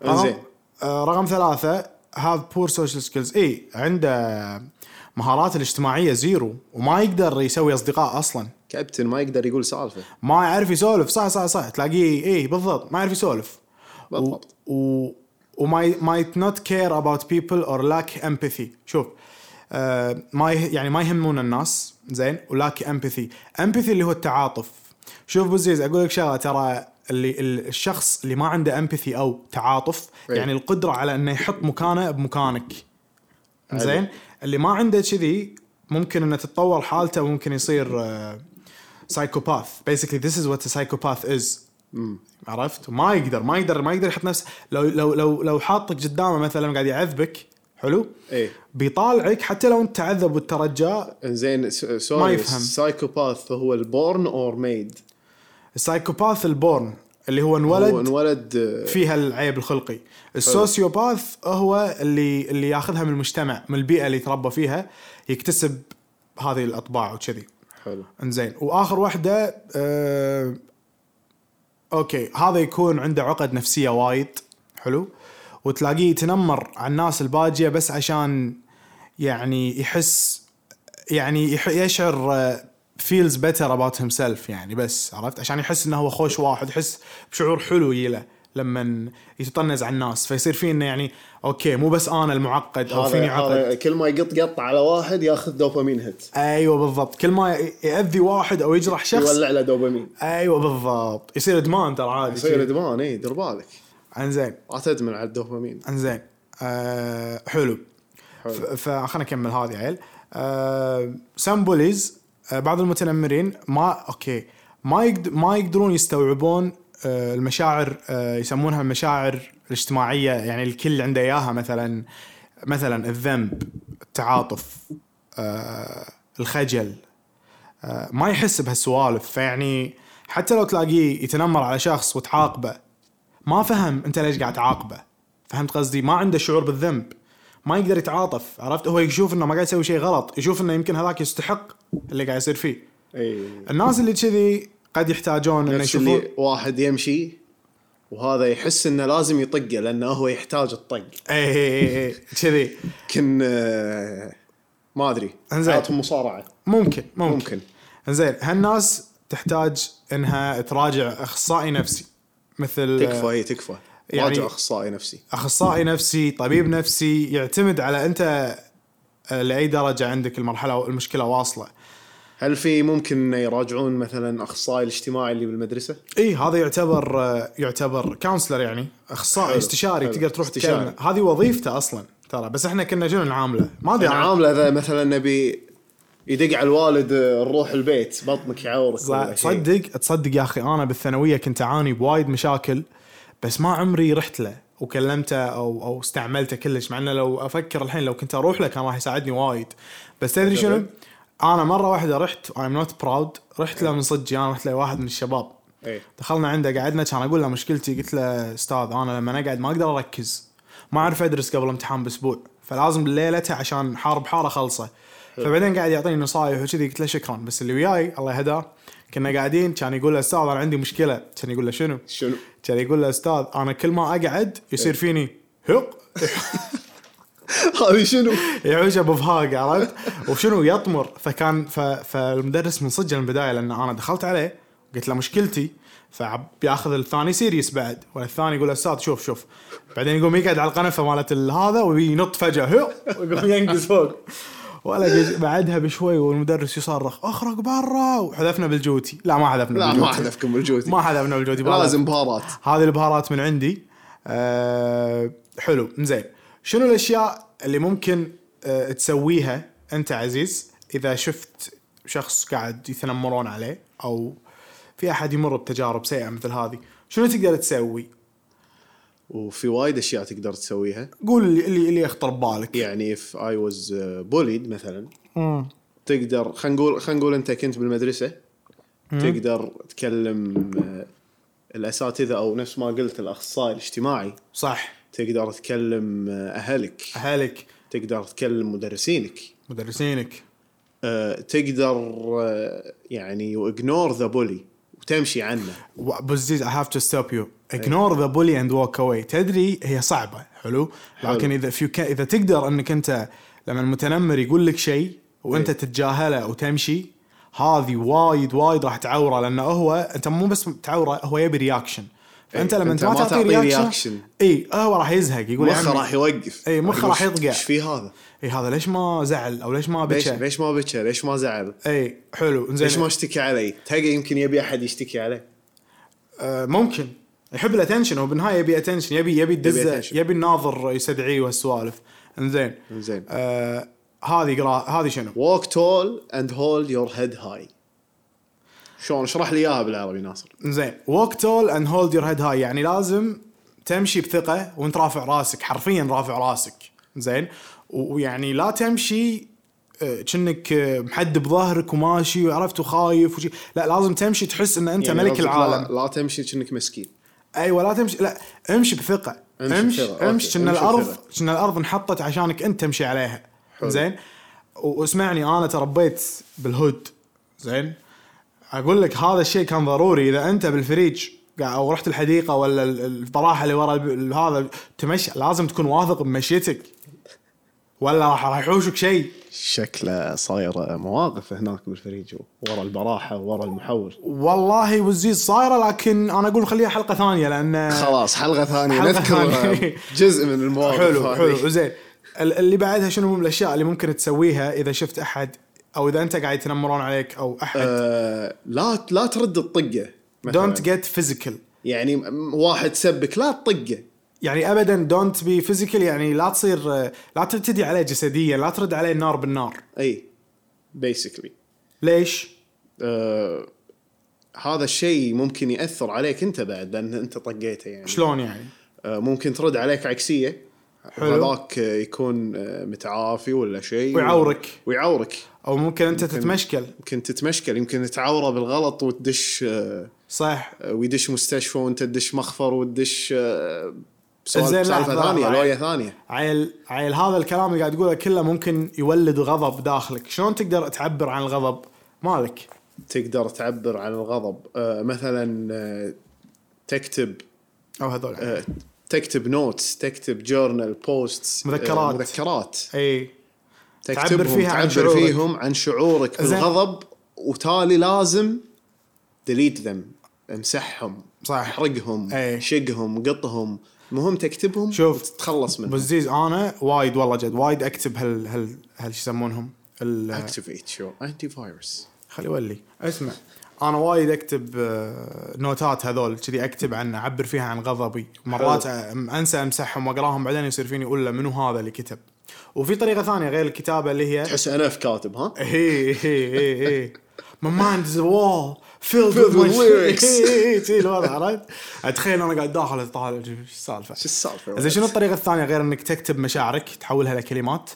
Speaker 1: زين.
Speaker 2: رقم- آه، رقم ثلاثة هاف بور سوشيال سكيلز اي عنده مهارات الاجتماعية زيرو وما يقدر يسوي اصدقاء اصلا
Speaker 1: كابتن ما يقدر يقول سالفه
Speaker 2: ما يعرف يسولف صح صح صح تلاقيه اي بالضبط ما يعرف يسولف
Speaker 1: بالضبط
Speaker 2: و وما مايت نوت كير اباوت بيبل اور لاك امباثي شوف آه ما يه- يعني ما يهمون الناس زين ولاك امباثي امباثي اللي هو التعاطف شوف بوزيز اقول لك شغله ترى اللي ال- الشخص اللي ما عنده امباثي او تعاطف
Speaker 1: أي.
Speaker 2: يعني القدره على انه يحط مكانه بمكانك
Speaker 1: حلو.
Speaker 2: زين اللي ما عنده كذي ممكن انه تتطور حالته وممكن يصير سايكوباث basically this is what a psychopath is عرفت ما يقدر ما يقدر ما يقدر يحط نفسه لو لو لو لو حاطك قدامه مثلا قاعد يعذبك حلو
Speaker 1: ايه
Speaker 2: بيطالعك حتى لو انت تعذب وترجى
Speaker 1: انزين س- سوري
Speaker 2: ما يفهم.
Speaker 1: السايكوباث هو البورن اور ميد
Speaker 2: السايكوباث البورن اللي هو
Speaker 1: هو
Speaker 2: انولد
Speaker 1: انولد آه،
Speaker 2: فيها العيب الخلقي السوسيوباث هو اللي اللي ياخذها من المجتمع من البيئه اللي تربى فيها يكتسب هذه الاطباع وكذي
Speaker 1: حلو
Speaker 2: انزين واخر واحده آه اوكي هذا يكون عنده عقد نفسيه وايد حلو وتلاقيه يتنمر على الناس الباجيه بس عشان يعني يحس يعني يح يشعر آه، فيلز بيتر اباوت هيم سيلف يعني بس عرفت عشان يحس انه هو خوش واحد يحس بشعور حلو يله لما يتطنز على الناس فيصير فيه انه يعني اوكي مو بس انا المعقد او فيني
Speaker 1: هذا
Speaker 2: عقد
Speaker 1: هذا كل ما يقط قط على واحد ياخذ دوبامين هيت
Speaker 2: ايوه بالضبط كل ما ي- ياذي واحد او يجرح شخص
Speaker 1: يولع له دوبامين
Speaker 2: ايوه بالضبط يصير ادمان ترى عادي
Speaker 1: يصير
Speaker 2: يصير
Speaker 1: ادمان اي دير بالك
Speaker 2: انزين
Speaker 1: لا تدمن على الدوبامين
Speaker 2: انزين آه حلو
Speaker 1: حلو.
Speaker 2: فخلنا نكمل هذه عيل آه سم بوليز آه بعض المتنمرين ما اوكي ما يقد ما يقدرون يستوعبون آه المشاعر آه يسمونها المشاعر الاجتماعيه يعني الكل عنده اياها مثلا مثلا الذنب التعاطف آه الخجل آه، ما يحس بهالسوالف فيعني حتى لو تلاقيه يتنمر على شخص وتعاقبه ما فهم انت ليش قاعد تعاقبه فهمت قصدي ما عنده شعور بالذنب ما يقدر يتعاطف عرفت هو يشوف انه ما قاعد يسوي شيء غلط يشوف انه يمكن هذاك يستحق اللي قاعد يصير فيه
Speaker 1: اي
Speaker 2: الناس اللي كذي قد يحتاجون انه
Speaker 1: نفس
Speaker 2: يعني يشوفون
Speaker 1: إيه. اللي واحد يمشي وهذا يحس انه لازم يطقه لانه هو يحتاج الطق
Speaker 2: اي اي اي اي إيه، كذي
Speaker 1: كن آه، ما ادري
Speaker 2: انزين.
Speaker 1: حياتهم مصارعه
Speaker 2: ممكن ممكن, ممكن.
Speaker 1: ممكن.
Speaker 2: زين هالناس تحتاج انها تراجع اخصائي نفسي مثل
Speaker 1: تكفى اي تكفى يعني
Speaker 2: يعني
Speaker 1: راجع اخصائي نفسي
Speaker 2: اخصائي نفسي طبيب نفسي يعتمد على انت آه، لاي درجه عندك المرحله المشكله واصله
Speaker 1: هل في ممكن انه يراجعون مثلا اخصائي الاجتماعي اللي بالمدرسه؟
Speaker 2: اي هذا يعتبر آه، يعتبر كونسلر يعني اخصائي
Speaker 1: حلو،
Speaker 2: استشاري
Speaker 1: حلو.
Speaker 2: تقدر تروح
Speaker 1: استشاري.
Speaker 2: تكلمه هذه وظيفته اصلا ترى بس احنا كنا شنو نعامله ما ادري
Speaker 1: انا
Speaker 2: عن-
Speaker 1: عامله اذا مثلا نبي يدق على الوالد آه، نروح البيت بطنك يعورك ولا شيء.
Speaker 2: تصدق تصدق يا اخي انا بالثانويه كنت اعاني بوايد مشاكل بس ما عمري رحت له وكلمته او او استعملته كلش مع انه لو افكر الحين لو كنت اروح له كان راح يساعدني وايد بس تدري شنو؟ انا مره واحده رحت ايم نوت براود رحت له من صدق انا رحت لواحد من الشباب
Speaker 1: إيه.
Speaker 2: دخلنا عنده قعدنا كان اقول له مشكلتي قلت له استاذ انا لما اقعد ما اقدر اركز ما اعرف ادرس قبل امتحان باسبوع فلازم ليلتها عشان حار بحار اخلصه فبعدين قاعد يعطيني نصايح وكذي قلت له شكرا بس اللي وياي الله يهداه كنا قاعدين كان يقول له استاذ انا عندي مشكله كان يقول له شنو؟
Speaker 1: شنو؟
Speaker 2: كان يقول له استاذ انا كل ما اقعد يصير فيني هق
Speaker 1: هذه شنو؟
Speaker 2: يعوج ابو فهاق عرفت؟ وشنو يطمر فكان ف... فالمدرس من صدق من البدايه لان انا دخلت عليه قلت له مشكلتي فبياخذ الثاني سيريس بعد والثاني يقول استاذ شوف شوف بعدين يقوم يقعد على القنفه مالت ال- هذا وينط فجاه هو ويقوم ينقز فوق ولا جز- بعدها بشوي والمدرس يصرخ اخرج برا وحذفنا بالجوتي لا ما حذفنا
Speaker 1: لا ما
Speaker 2: بالجوتي.
Speaker 1: احذفكم بالجوتي
Speaker 2: ما حذفنا بالجوتي بهذا-
Speaker 1: لازم بهارات
Speaker 2: هذه البهارات من عندي أه حلو زين شنو الاشياء اللي ممكن أه تسويها انت عزيز اذا شفت شخص قاعد يتنمرون عليه او في احد يمر بتجارب سيئه مثل هذه شنو تقدر تسوي
Speaker 1: وفي وايد اشياء تقدر تسويها
Speaker 2: قول اللي اللي, اللي يخطر ببالك
Speaker 1: يعني if I was uh, bullied مثلا
Speaker 2: مم.
Speaker 1: تقدر خلينا نقول خلينا نقول انت كنت بالمدرسه تقدر تكلم آه، الاساتذه او نفس ما قلت الاخصائي الاجتماعي
Speaker 2: صح
Speaker 1: تقدر تكلم آه، اهلك
Speaker 2: اهلك
Speaker 1: تقدر تكلم مدرسينك
Speaker 2: مدرسينك
Speaker 1: آه، تقدر آه، يعني اجنور ذا بولي وتمشي عنه
Speaker 2: بزيز I have to stop you
Speaker 1: إيه.
Speaker 2: ignore the bully and walk away تدري هي صعبة حلو لكن إذا if you can إذا تقدر أنك أنت لما المتنمر يقول لك شيء وأنت
Speaker 1: إيه.
Speaker 2: تتجاهله وتمشي هذه وايد وايد راح تعوره لأنه هو أنت مو بس تعوره هو يبي رياكشن فأنت
Speaker 1: إيه،
Speaker 2: لما
Speaker 1: أنت
Speaker 2: أنت ما
Speaker 1: ما
Speaker 2: تعطيه
Speaker 1: تعطيه
Speaker 2: رياكشن
Speaker 1: reaction.
Speaker 2: إي هو راح يزهق يقول يا
Speaker 1: مخه
Speaker 2: عمي،
Speaker 1: راح يوقف
Speaker 2: إيه، مخه راح
Speaker 1: يقول،
Speaker 2: يطقع.
Speaker 1: ايش في هذا؟
Speaker 2: إي هذا ليش ما زعل أو ليش ما
Speaker 1: ليش
Speaker 2: بكى
Speaker 1: ليش ما بكى؟ ليش ما زعل؟
Speaker 2: إي حلو
Speaker 1: ليش ما
Speaker 2: زين
Speaker 1: اشتكى علي؟ تلقى يمكن يبي احد يشتكي عليه
Speaker 2: آه، ممكن يحب الاتنشن هو بالنهايه يبي اتنشن يبي يبي الدزه
Speaker 1: attention.
Speaker 2: يبي الناظر يستدعيه وهالسوالف انزين
Speaker 1: زين
Speaker 2: آه هذه قراءة هذه شنو؟
Speaker 1: walk tall and hold your head high شلون اشرح لي اياها بالعربي ناصر
Speaker 2: زين walk tall and hold your head high يعني لازم تمشي بثقة وانت رافع راسك حرفيا رافع راسك زين و- ويعني لا تمشي آه، كأنك آه، محد بظهرك وماشي وعرفت وخايف وشي لا لازم تمشي تحس ان انت
Speaker 1: يعني
Speaker 2: ملك
Speaker 1: قصدك لا-
Speaker 2: العالم
Speaker 1: لا تمشي كأنك مسكين
Speaker 2: ايوه لا تمشي لا امشي بثقه
Speaker 1: امشي
Speaker 2: امشي
Speaker 1: بثقة، أوكي،
Speaker 2: امشي كأن
Speaker 1: امشي
Speaker 2: الارض
Speaker 1: بثقة.
Speaker 2: كأن الارض انحطت عشانك انت تمشي عليها
Speaker 1: حلو.
Speaker 2: زين و- واسمعني انا تربيت بالهود زين اقول لك هذا الشيء كان ضروري اذا انت بالفريج قاعد- او رحت الحديقه ولا ال- البراحه اللي ورا الب- هذا تمشي لازم تكون واثق بمشيتك ولا راح راح يحوشك شيء
Speaker 1: شكله صاير مواقف هناك بالفريج ورا البراحه ورا المحول
Speaker 2: والله وزيز صايره لكن انا اقول خليها حلقه ثانيه لان
Speaker 1: خلاص حلقه ثانيه
Speaker 2: حلقة ثانية.
Speaker 1: نذكر جزء من المواقف
Speaker 2: حلو
Speaker 1: هذه.
Speaker 2: حلو زين ال- اللي بعدها شنو من الاشياء اللي ممكن تسويها اذا شفت احد او اذا انت قاعد يتنمرون عليك او احد
Speaker 1: آه، لا لا ترد الطقه مثلاً.
Speaker 2: دونت جيت فيزيكال
Speaker 1: يعني م- واحد سبك لا تطقه
Speaker 2: يعني ابدا دونت بي فيزيكال يعني لا تصير آه، لا تعتدي عليه جسديا لا ترد عليه النار بالنار
Speaker 1: اي بيسكلي
Speaker 2: ليش؟
Speaker 1: آه، هذا الشيء ممكن ياثر عليك انت بعد لان انت طقيته يعني
Speaker 2: شلون يعني؟
Speaker 1: آه، ممكن ترد عليك عكسيه
Speaker 2: حلو.
Speaker 1: هذاك آه، يكون آه، متعافي ولا شيء
Speaker 2: ويعورك.
Speaker 1: ويعورك
Speaker 2: او ممكن انت تتمشكل
Speaker 1: يمكن تتمشكل يمكن تعوره بالغلط وتدش آه،
Speaker 2: صح
Speaker 1: آه، ويدش مستشفى وانت تدش مخفر وتدش آه، سوالف-
Speaker 2: زين، لحظة،
Speaker 1: سالفه ثانيه
Speaker 2: لحظة.
Speaker 1: لويه ثانيه
Speaker 2: عيل عيل هذا الكلام اللي قاعد تقوله كله ممكن يولد غضب داخلك، شلون تقدر تعبر عن الغضب؟ مالك
Speaker 1: تقدر تعبر عن الغضب آه، مثلا آه، تكتب
Speaker 2: او هذول يعني.
Speaker 1: آه، تكتب نوتس تكتب جورنال بوست
Speaker 2: مذكرات.
Speaker 1: مذكرات
Speaker 2: اي
Speaker 1: تكتبهم
Speaker 2: تعبر فيها
Speaker 1: تعبر
Speaker 2: عن شعورك.
Speaker 1: فيهم عن شعورك
Speaker 2: زين.
Speaker 1: بالغضب وتالي لازم ديليت ذم امسحهم
Speaker 2: صح
Speaker 1: احرقهم
Speaker 2: إيه.
Speaker 1: شقهم قطهم المهم تكتبهم
Speaker 2: شوف.
Speaker 1: وتتخلص
Speaker 2: ابو
Speaker 1: منهم
Speaker 2: عزيز انا وايد والله جد وايد اكتب هال هال هال شو يسمونهم ال-
Speaker 1: اكتيفيت يور انتي فايروس
Speaker 2: خلي يولي اسمع انا وايد اكتب آه، نوتات هذول كذي اكتب عن اعبر فيها عن غضبي مرات أم- انسى امسحهم واقراهم بعدين يصير فيني اقول له منو هذا اللي كتب وفي طريقه ثانيه غير الكتابه اللي هي
Speaker 1: تحس انا في كاتب ها
Speaker 2: إيه. هي هي هي هي My mind is a wall filled
Speaker 1: Filled
Speaker 2: with
Speaker 1: with
Speaker 2: my-
Speaker 1: lyrics.
Speaker 2: هي- هي- هي- شي الوضع عرفت؟ اتخيل انا قاعد داخل اطالع شو السالفه
Speaker 1: شو السالفه
Speaker 2: زين شنو الطريقه الثانيه غير انك تكتب مشاعرك تحولها لكلمات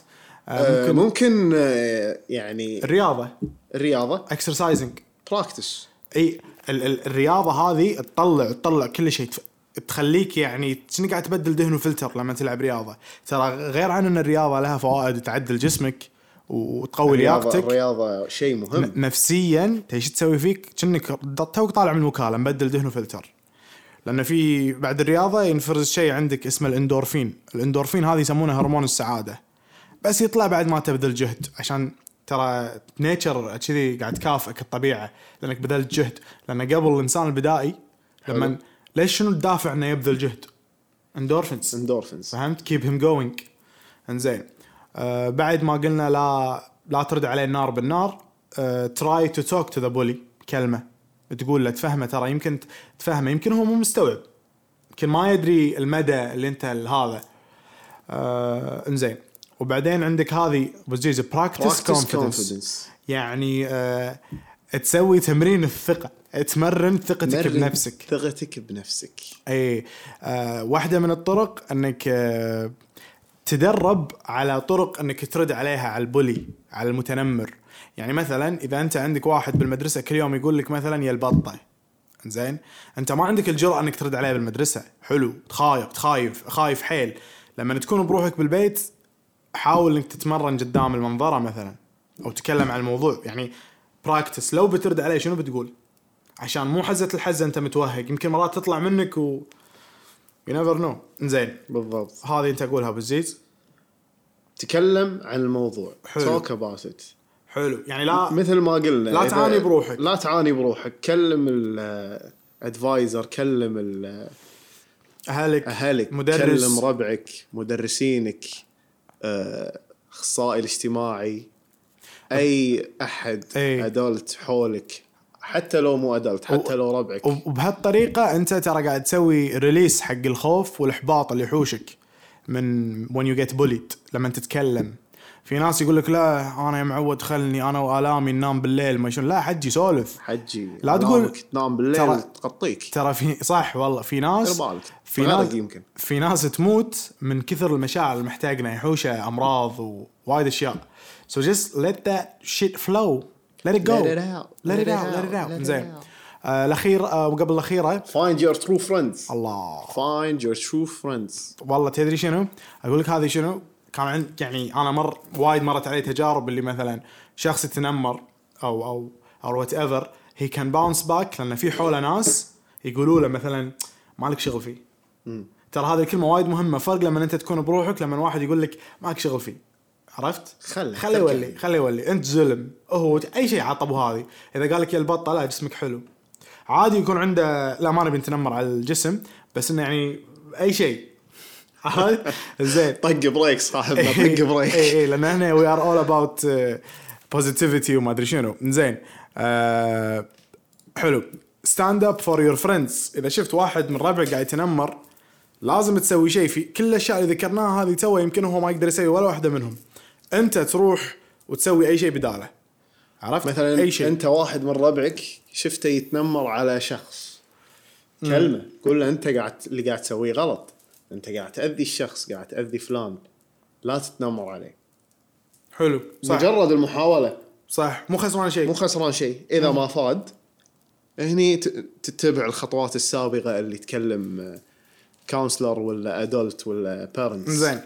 Speaker 2: آه،
Speaker 1: آه، ممكن آه، يعني
Speaker 2: الرياضه
Speaker 1: الرياضه
Speaker 2: اكسرسايزنج
Speaker 1: براكتس
Speaker 2: اي ال- ال- الرياضه هذه تطلع تطلع كل شيء تف- تخليك يعني كأنك قاعد تبدل دهن وفلتر لما تلعب رياضه ترى غير عن ان الرياضه لها فوائد تعدل جسمك وتقوي
Speaker 1: الرياضه
Speaker 2: لياقتك
Speaker 1: الرياضه شيء مهم
Speaker 2: ن- نفسيا تدري شو تسوي فيك كأنك د- توك طالع من الوكاله مبدل دهن وفلتر لان في بعد الرياضه ينفرز شيء عندك اسمه الاندورفين الاندورفين هذه يسمونه هرمون السعاده بس يطلع بعد ما تبذل جهد عشان ترى نيتشر كذي قاعد تكافئك الطبيعه لانك بذلت جهد لان قبل الانسان البدائي لما
Speaker 1: حلو.
Speaker 2: ليش شنو الدافع انه يبذل جهد؟ اندورفينز
Speaker 1: اندورفنز
Speaker 2: فهمت كيب هيم جوينج انزين آه بعد ما قلنا لا لا ترد عليه النار بالنار آه، تراي تو توك تو ذا بولي كلمه تقول له تفهمه ترى يمكن ت- تفهمه يمكن هو مو مستوعب يمكن ما يدري المدى اللي انت هذا آه انزين وبعدين عندك هذه بوزيز براكتس
Speaker 1: براكتس
Speaker 2: كونفدنس
Speaker 1: كونفدنس
Speaker 2: يعني آه تسوي تمرين الثقه تمرن ثقتك بنفسك
Speaker 1: ثقتك بنفسك
Speaker 2: اي آه واحده من الطرق انك آه تدرب على طرق انك ترد عليها على البولي على المتنمر يعني مثلا اذا انت عندك واحد بالمدرسه كل يوم يقول لك مثلا يا البطه زين انت ما عندك الجرأه انك ترد عليه بالمدرسه حلو تخايف تخايف خايف حيل لما تكون بروحك بالبيت حاول انك تتمرن قدام المنظره مثلا او تتكلم عن الموضوع يعني براكتس لو بترد عليه شنو بتقول؟ عشان مو حزه الحزه انت متوهق يمكن مرات تطلع منك و يو نيفر نو زين
Speaker 1: بالضبط
Speaker 2: هذه انت اقولها ابو الزيز
Speaker 1: تكلم عن الموضوع
Speaker 2: حلو.
Speaker 1: توك اباوت ات
Speaker 2: حلو يعني لا
Speaker 1: مثل ما قلنا
Speaker 2: لا
Speaker 1: إذا-
Speaker 2: تعاني بروحك.
Speaker 1: لا تعاني بروحك كلم الادفايزر كلم ال-
Speaker 2: اهلك
Speaker 1: اهلك
Speaker 2: مدرس.
Speaker 1: كلم ربعك مدرسينك آه، اخصائي الاجتماعي اي احد
Speaker 2: أي.
Speaker 1: ادلت حولك حتى لو مو ادلت حتى لو ربعك
Speaker 2: وب- وبهالطريقه انت ترى قاعد تسوي ريليس حق الخوف والاحباط اللي يحوشك من when you get bullied لما تتكلم في ناس يقول لك لا انا يا معود خلني انا والامي ننام بالليل ما شنو لا حجي سولف
Speaker 1: حجي
Speaker 2: لا تقول-
Speaker 1: نامك تنام بالليل
Speaker 2: ترى-
Speaker 1: تقطيك
Speaker 2: ترى في صح والله في ناس
Speaker 1: دير بالك.
Speaker 2: في
Speaker 1: غرق
Speaker 2: ناس
Speaker 1: يمكن.
Speaker 2: في ناس تموت من كثر المشاعر اللي محتاجنا يحوشه امراض ووايد اشياء so just let that shit flow let it go
Speaker 1: Let it out.
Speaker 2: let it out let it out
Speaker 1: Let it
Speaker 2: زين
Speaker 1: out.
Speaker 2: آه الاخير آه وقبل الاخيره
Speaker 1: فايند يور ترو فريندز
Speaker 2: الله
Speaker 1: فايند يور ترو فريندز
Speaker 2: والله تدري شنو؟ اقول لك هذه شنو؟ كان عند يعني انا مر وايد مرت علي تجارب اللي مثلا شخص يتنمر او او او وات ايفر هي كان باونس باك لان في حوله ناس يقولوا له مثلا مالك شغل فيه. ترى هذه الكلمه وايد مهمه فرق لما انت تكون بروحك لما واحد يقول لك مالك شغل فيه. عرفت؟
Speaker 1: خله-
Speaker 2: خله يولي خله يولي انت زلم هو اي شيء عطى ابو هذه اذا قال لك يا البطه لا جسمك حلو عادي يكون عنده لا ما نبي نتنمر على الجسم بس انه يعني اي شيء عرفت؟ زين
Speaker 1: طق بريك صاحبنا
Speaker 2: إيه،
Speaker 1: طق
Speaker 2: اي
Speaker 1: بريك
Speaker 2: اي لان احنا وي ار اول اباوت بوزيتيفيتي uh, وما ادري شنو زين آه، حلو ستاند اب فور يور فريندز اذا شفت واحد من ربعك قاعد يتنمر لازم تسوي شيء في كل الاشياء اللي ذكرناها هذه تو يمكن هو ما يقدر يسوي ولا واحده منهم انت تروح وتسوي اي شيء بداله عرفت
Speaker 1: مثلا
Speaker 2: اي شيء
Speaker 1: انت واحد من ربعك شفته يتنمر على شخص كلمه قول له انت قاعد اللي قاعد تسويه غلط انت قاعد تاذي الشخص قاعد تاذي فلان لا تتنمر عليه
Speaker 2: حلو صح
Speaker 1: مجرد المحاوله
Speaker 2: صح مو خسران شيء
Speaker 1: مو خسران شيء اذا ما فاد هني ت- تتبع الخطوات السابقه اللي تكلم كونسلر ولا ادلت ولا بيرنتس
Speaker 2: زين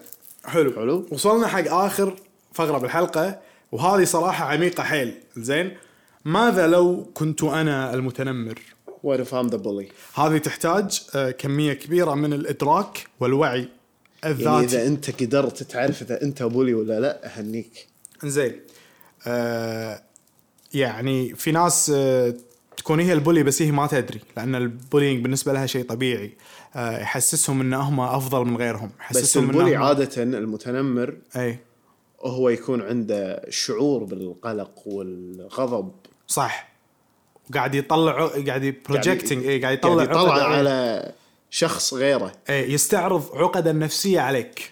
Speaker 2: حلو
Speaker 1: حلو.
Speaker 2: وصلنا حق اخر فقره بالحلقه وهذه صراحه عميقه حيل زين ماذا لو كنت انا المتنمر
Speaker 1: وات اف ام ذا بولي
Speaker 2: هذه تحتاج آه، كميه كبيره من الادراك والوعي
Speaker 1: يعني
Speaker 2: الذاتي
Speaker 1: اذا انت قدرت تعرف اذا انت بولي ولا لا اهنيك
Speaker 2: زين آه يعني في ناس آه تكون هي البولي بس هي ما تدري لان البولينج بالنسبه لها شيء طبيعي آه، يحسسهم ان هم افضل من غيرهم
Speaker 1: بس
Speaker 2: يحسسهم إيه.
Speaker 1: البولي
Speaker 2: هم-
Speaker 1: عاده المتنمر
Speaker 2: اي
Speaker 1: هو يكون عنده شعور بالقلق والغضب
Speaker 2: صح وقاعد يطلع قاعد يبروجكتنج اي قاعد يطلع
Speaker 1: قاعد
Speaker 2: عقد-
Speaker 1: يعني يطلع
Speaker 2: إيه،
Speaker 1: على شخص غيره
Speaker 2: إيه يستعرض عقده النفسيه عليك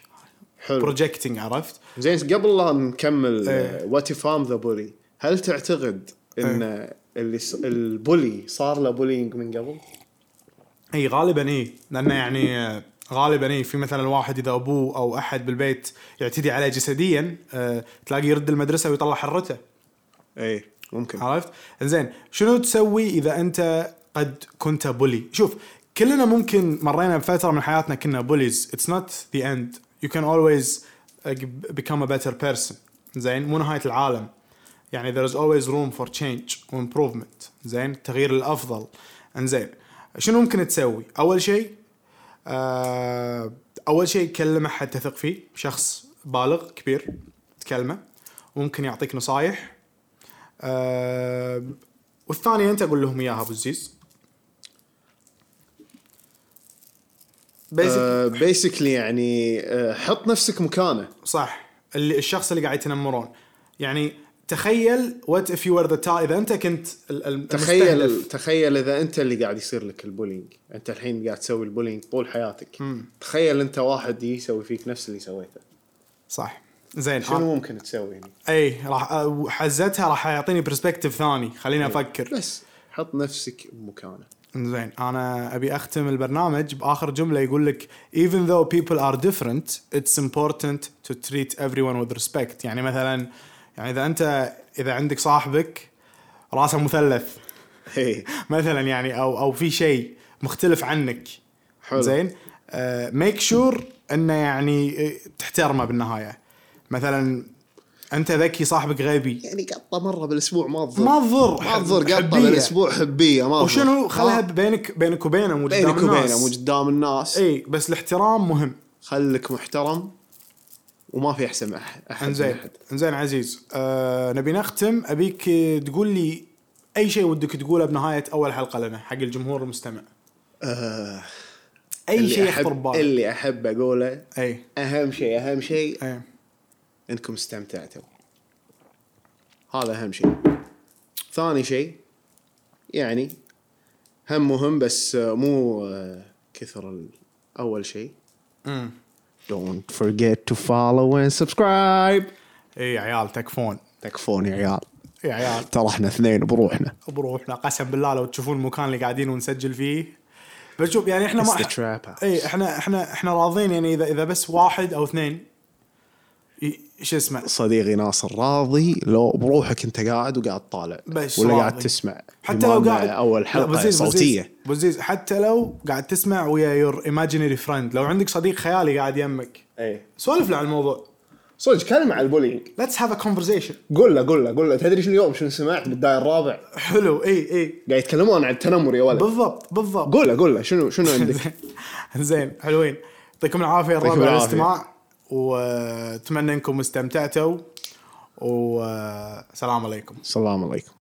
Speaker 1: حلو
Speaker 2: بروجكتنج عرفت
Speaker 1: زين قبل لا نكمل آه،
Speaker 2: إيه.
Speaker 1: وات فام ذا بولي هل تعتقد ان
Speaker 2: إيه.
Speaker 1: اللي ص- البولي صار له بولينج من قبل؟
Speaker 2: اي غالبا اي لانه يعني آه، غالبا اي في مثلا واحد اذا ابوه او احد بالبيت يعتدي عليه جسديا آه، تلاقيه يرد المدرسه ويطلع حرته
Speaker 1: اي
Speaker 2: إيه،
Speaker 1: ممكن
Speaker 2: عرفت؟ زين شنو تسوي اذا انت قد كنت بولي؟ شوف كلنا ممكن مرينا بفتره من حياتنا كنا بوليز، اتس نوت ذا اند، يو كان اولويز become a better person زين مو نهايه العالم يعني there is always room for change و improvement زين التغيير الافضل انزين شنو ممكن تسوي؟ اول شيء آه، اول شيء كلم احد تثق فيه شخص بالغ كبير تكلمه وممكن يعطيك نصايح آه، والثانية أنت أقول لهم إياها أبو الزيز
Speaker 1: آه.
Speaker 2: بيسك
Speaker 1: بيسكلي يعني آه، حط نفسك مكانه
Speaker 2: صح اللي الشخص اللي قاعد يتنمرون يعني تخيل وات اف يو ذا تا اذا انت كنت ال- ال-
Speaker 1: تخيل
Speaker 2: المستهدف.
Speaker 1: تخيل اذا انت اللي قاعد يصير لك البولينج انت الحين قاعد تسوي البولينج طول حياتك
Speaker 2: مم.
Speaker 1: تخيل انت واحد يسوي فيك نفس اللي سويته
Speaker 2: صح زين
Speaker 1: شنو
Speaker 2: آه.
Speaker 1: ممكن تسوي هنا؟
Speaker 2: اي راح آه، حزتها راح يعطيني برسبكتيف ثاني خليني
Speaker 1: إيه.
Speaker 2: افكر
Speaker 1: بس حط نفسك بمكانه
Speaker 2: زين انا ابي اختم البرنامج باخر جمله يقول لك even though people are different it's important to treat everyone with respect يعني مثلا يعني اذا انت اذا عندك صاحبك راسه مثلث إيه.
Speaker 1: هي
Speaker 2: مثلا يعني او او في شيء مختلف عنك آه،
Speaker 1: حلو
Speaker 2: زين ميك شور انه يعني آه، تحترمه بالنهايه مثلا انت ذكي صاحبك غبي
Speaker 1: يعني قطه مره بالاسبوع ما تضر
Speaker 2: ما تضر
Speaker 1: ما تضر قطه
Speaker 2: حبية.
Speaker 1: بالاسبوع حبيه ما تضر
Speaker 2: وشنو خلها
Speaker 1: ما-
Speaker 2: بينك بينك وبينه مو قدام
Speaker 1: بينك وبينه
Speaker 2: الناس. إيه.
Speaker 1: مو قدام الناس
Speaker 2: اي بس الاحترام مهم
Speaker 1: خلك محترم وما في احسن من أح- احد من
Speaker 2: انزين
Speaker 1: احد
Speaker 2: انزين عزيز آه نبي نختم ابيك تقول لي اي شيء ودك تقوله بنهايه اول حلقه لنا حق الجمهور المستمع
Speaker 1: آه،
Speaker 2: اي
Speaker 1: اللي
Speaker 2: شيء
Speaker 1: أحب-
Speaker 2: يخطر ببالك
Speaker 1: اللي احب اقوله
Speaker 2: اي
Speaker 1: اهم شيء اهم شيء
Speaker 2: اي
Speaker 1: انكم استمتعتوا هذا اهم شيء ثاني شيء يعني هم مهم بس آه، مو آه، كثر ال- اول شيء
Speaker 2: أمم.
Speaker 1: Don't forget to follow and subscribe
Speaker 2: اي عيال تكفون
Speaker 1: تكفون يا عيال
Speaker 2: اي عيال
Speaker 1: ترى احنا اثنين بروحنا
Speaker 2: بروحنا قسم بالله لو تشوفون المكان اللي قاعدين ونسجل فيه بشوف يعني احنا ما
Speaker 1: It's the trap house.
Speaker 2: اي احنا احنا احنا راضين يعني اذا اذا بس واحد او اثنين ي- شو اسمه
Speaker 1: صديقي ناصر راضي لو بروحك انت قاعد وقاعد طالع
Speaker 2: بس
Speaker 1: ولا
Speaker 2: راضي.
Speaker 1: قاعد تسمع
Speaker 2: حتى لو
Speaker 1: إمامنا
Speaker 2: قاعد
Speaker 1: اول
Speaker 2: لا،
Speaker 1: حلقه
Speaker 2: بزيز-
Speaker 1: صوتيه
Speaker 2: بزيز- بزيز حتى لو قاعد تسمع ويا يور ايماجينري فريند لو عندك صديق خيالي قاعد يمك
Speaker 1: اي
Speaker 2: سولف له عن الموضوع
Speaker 1: إيه. صدق كلمه على البولينج
Speaker 2: ليتس هاف ا كونفرزيشن
Speaker 1: قول له قول له قول له تدري شنو اليوم شنو سمعت بالداير الرابع
Speaker 2: حلو اي اي
Speaker 1: قاعد يتكلمون عن التنمر يا ولد
Speaker 2: بالضبط بالضبط
Speaker 1: قول له قول له شنو شنو عندك
Speaker 2: زين حلوين يعطيكم العافيه الربع على
Speaker 1: العافية.
Speaker 2: الاستماع واتمنى انكم استمتعتوا والسلام عليكم
Speaker 1: السلام عليكم